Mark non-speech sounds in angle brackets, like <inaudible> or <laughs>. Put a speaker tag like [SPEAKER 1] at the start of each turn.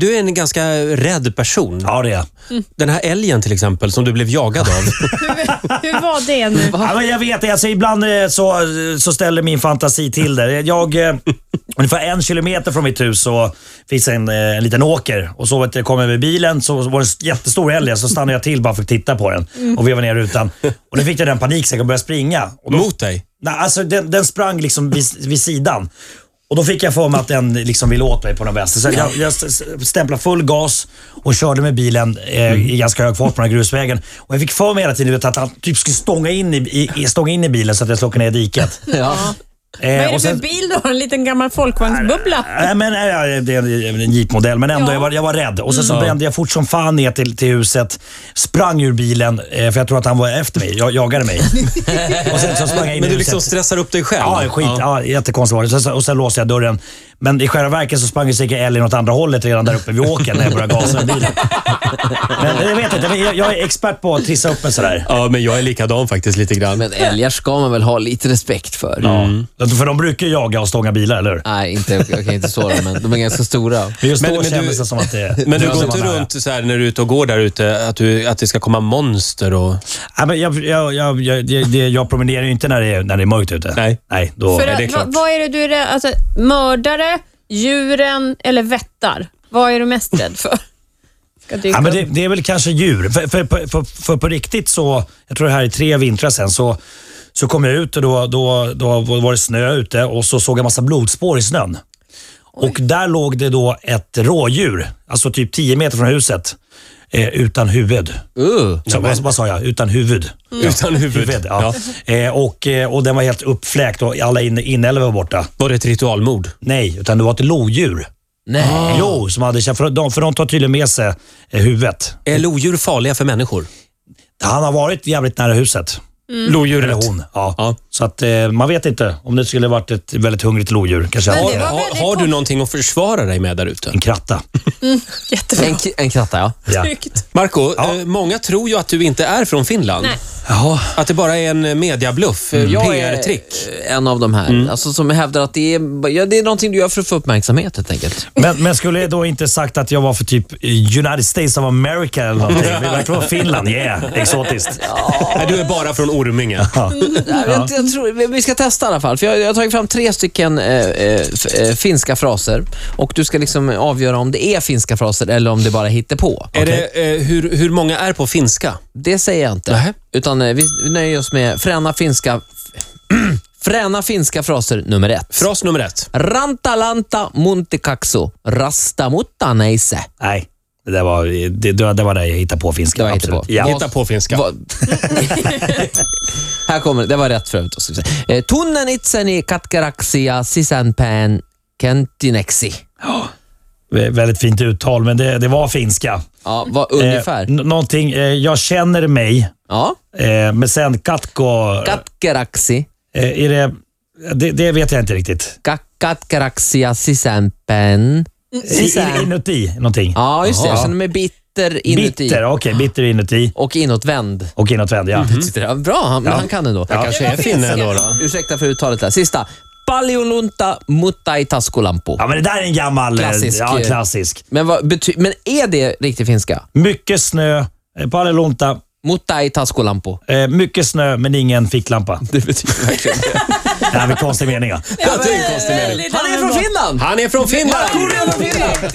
[SPEAKER 1] Du är en ganska rädd person. Mm.
[SPEAKER 2] Ja, det är jag.
[SPEAKER 1] Den här älgen till exempel, som du blev jagad av.
[SPEAKER 3] Hur var det nu?
[SPEAKER 2] Ja, men jag vet det. Alltså, ibland eh, så, så ställer min fantasi till det. Jag, eh, ungefär en kilometer från mitt hus så finns en, eh, en liten åker. Och så vet jag, kom jag med bilen så, så var det en jättestor älg. Så stannade jag till bara för att titta på den och veva ner rutan. Och då fick jag den paniksäcken och började springa. <laughs> Och då,
[SPEAKER 1] Mot dig.
[SPEAKER 2] nej, alltså, den, den sprang liksom vid, vid sidan. Och Då fick jag för mig att den liksom ville åt mig på något vänster. Så jag, jag st- stämplade full gas och körde med bilen eh,
[SPEAKER 3] Mm.
[SPEAKER 2] i ganska hög fart på den här grusvägen. Och jag fick för mig hela tiden du vet, att han typ skulle stånga in i, i, i- stånga in i bilen så att jag slog ner i diket.
[SPEAKER 4] Ja.
[SPEAKER 2] Eh,
[SPEAKER 3] <laughs> Vad är det
[SPEAKER 2] och
[SPEAKER 3] för
[SPEAKER 2] sen-
[SPEAKER 3] bil du har? En liten gammal folkvagnsbubbla?
[SPEAKER 2] Nej, men, nej, ja, det är en en jeepmodell, men ändå.
[SPEAKER 3] Ja. Mm.
[SPEAKER 2] Jag, var, jag var rädd. Och Sen så brände jag fort som fan ner till, till huset, sprang ur bilen, eh, för jag tror att han var efter mig. Jag jagade
[SPEAKER 3] <laughs>
[SPEAKER 2] mig. och sen så sprang jag in
[SPEAKER 1] Men
[SPEAKER 2] i
[SPEAKER 1] du
[SPEAKER 2] huset.
[SPEAKER 1] liksom stressar upp dig själv.
[SPEAKER 2] Ja, skit. Ja. jättekonstigt var det. Sen, och sen låste jag dörren. Men i själva verket så sprang ju säkert Elin åt andra hållet redan där uppe vid åkern när jag började gasa med bilen. Men jag vet inte, men jag, jag är expert på att trissa upp en sådär.
[SPEAKER 1] Ja, men jag är likadan faktiskt lite grann.
[SPEAKER 4] Men älgar ska man väl ha lite respekt för?
[SPEAKER 1] Mm.
[SPEAKER 2] Ja. För de brukar ju jaga och stånga bilar, eller hur?
[SPEAKER 4] Nej, inte, jag kan inte så dem, men de är ganska stora.
[SPEAKER 2] Men just
[SPEAKER 1] Men-
[SPEAKER 2] då
[SPEAKER 1] men du-
[SPEAKER 2] kändes det som att det
[SPEAKER 1] Men du
[SPEAKER 2] det
[SPEAKER 1] går
[SPEAKER 2] var
[SPEAKER 1] inte
[SPEAKER 2] nära.
[SPEAKER 1] runt så här när du är ute och går där ute att, du, att det ska komma monster och...
[SPEAKER 2] Nej, men jag, jag, jag, jag, det- det- jag promenerar ju inte när det är, när det är mörkt ute.
[SPEAKER 1] Nej.
[SPEAKER 2] Nej, då...
[SPEAKER 3] För,
[SPEAKER 1] det är
[SPEAKER 3] att-
[SPEAKER 1] klart.
[SPEAKER 3] vad, vad är det du är rädd alltså, Mördare, djuren eller vättar? Vad är du mest
[SPEAKER 2] <laughs>
[SPEAKER 3] rädd för? Ska dyka
[SPEAKER 2] Ja, men det,
[SPEAKER 3] upp.
[SPEAKER 2] det är väl kanske djur. För, för, för, för, för på riktigt så, jag tror det här är tre vintrar sen, så, så kom jag ut och då, då, då var det snö ute och så såg jag massa blodspår i snön. Och där låg det då ett rådjur, alltså typ 10 meter från huset, eh, utan huvud.
[SPEAKER 1] Uh,
[SPEAKER 2] Så, vad, vad sa jag? Utan huvud.
[SPEAKER 1] Utan huvud.
[SPEAKER 2] Huvud, ja. Eh, och, eh, och den var helt uppfläkt och alla in- inälvor var borta.
[SPEAKER 1] Var det ett ritualmord?
[SPEAKER 2] Nej, utan det var ett lodjur.
[SPEAKER 4] Nej.
[SPEAKER 2] Jo, som hade, för, de, för de tar tydligen med sig eh, huvudet.
[SPEAKER 1] Är lodjur farliga för människor?
[SPEAKER 2] Han har varit jävligt nära huset.
[SPEAKER 1] Mm. Lodjuret?
[SPEAKER 2] Eller hon. Ja.
[SPEAKER 1] Ja.
[SPEAKER 2] Så att, eh, man vet inte om det skulle varit ett väldigt hungrigt lodjur. Kanske
[SPEAKER 3] Men
[SPEAKER 2] hade
[SPEAKER 3] det var
[SPEAKER 1] Har,
[SPEAKER 3] väldigt
[SPEAKER 1] har du
[SPEAKER 3] kort.
[SPEAKER 1] någonting att försvara dig med där ute?
[SPEAKER 2] en
[SPEAKER 3] <laughs>
[SPEAKER 2] kratta.
[SPEAKER 3] Jättebra.
[SPEAKER 4] En, k- en kratta, ja.
[SPEAKER 2] Ja.
[SPEAKER 3] Tryggt.
[SPEAKER 1] Marco, eh, många tror ju att du inte är från Finland.
[SPEAKER 3] Nej.
[SPEAKER 2] Jaha.
[SPEAKER 1] Att det bara är en mediabluff, mm.
[SPEAKER 4] Jag
[SPEAKER 1] PR-trick. Mm.
[SPEAKER 4] är eh, en av de här alltså, som hävdar att det är, ja, det är någonting du gör för att få uppmärksamhet helt enkelt.
[SPEAKER 2] Men, men skulle jag då inte sagt att jag var för typ United States of America eller någonting? Vi verkar vara Finland. Yeah, exotiskt.
[SPEAKER 1] Nej, du är bara från Orminge.
[SPEAKER 4] Nej, men Jag, jag tror, vi- vi ska testa i alla fall. För jag, jag har tagit fram tre stycken eh, eh, f- eh, finska fraser och du ska liksom avgöra om det är finska fraser eller om det bara hittar på.
[SPEAKER 1] Är det, eh, hur, hur många är på finska?
[SPEAKER 4] Det säger jag inte.
[SPEAKER 1] Nähä.
[SPEAKER 4] Utan eh, vi vi nöjer oss med fräna finska, <clears throat> fräna finska fraser nummer ett.
[SPEAKER 1] Fras nummer ett.
[SPEAKER 4] Rantalanta muntikaksu rastamutta neise.
[SPEAKER 2] Nej, det där var det, det, det, var det jag hittade på finska.
[SPEAKER 4] Det var jag hittade
[SPEAKER 1] Hitta
[SPEAKER 2] absolut. Ja.
[SPEAKER 4] på.
[SPEAKER 1] på finska.
[SPEAKER 4] Va-
[SPEAKER 2] <laughs>
[SPEAKER 4] Här kommer det. Det var rätt förut. också. Eh, Tunnen itseni katkeraxia sisänpään kentineksi.
[SPEAKER 2] Vä- Väldigt fint uttal, men det, det var finska.
[SPEAKER 4] Ja, vad
[SPEAKER 2] Eh,
[SPEAKER 4] ungefär.
[SPEAKER 2] n- någonting, eh, jag känner mig,
[SPEAKER 4] Ja.
[SPEAKER 2] eh, men sen katko...
[SPEAKER 4] Katkeraksi.
[SPEAKER 2] Eh, är det, det, det vet jag inte riktigt.
[SPEAKER 4] Ka- katkeraxia sisänpään.
[SPEAKER 2] I-
[SPEAKER 4] Sisään.
[SPEAKER 2] Inuti någonting.
[SPEAKER 4] Ja, just det. Jag
[SPEAKER 2] Ja.
[SPEAKER 4] känner mig bitter inuti
[SPEAKER 2] Bitter, okej. bitter inuti
[SPEAKER 4] och inåtvänd.
[SPEAKER 2] och inåtvänd. Ja.
[SPEAKER 4] Sitter där. Bra, han, men han kan ändå.
[SPEAKER 2] Ja.
[SPEAKER 1] Kanske är finne ändå. Då.
[SPEAKER 4] Ursäkta för uttalet där. Sista. Paljolunta mutta i taskulampu.
[SPEAKER 2] ja, men det där är en gammal... eh,
[SPEAKER 4] Klassisk,
[SPEAKER 2] Ja,
[SPEAKER 4] eh.
[SPEAKER 2] klassisk.
[SPEAKER 4] Men, vad bety- men är det riktig finska?
[SPEAKER 2] Mycket snö, eh, palelonta,
[SPEAKER 4] Mutta i taskulampu.
[SPEAKER 2] eh, mycket snö men ingen
[SPEAKER 4] <laughs>
[SPEAKER 2] ficklampa.
[SPEAKER 4] Det betyder verkligen
[SPEAKER 2] Det här var konstig mening. ja.
[SPEAKER 1] Ja, det är en konstig mening.
[SPEAKER 3] Väldigt
[SPEAKER 4] Han är från
[SPEAKER 3] användbart.
[SPEAKER 4] Finland!
[SPEAKER 1] Han är från Finland!
[SPEAKER 4] Han är från Finland!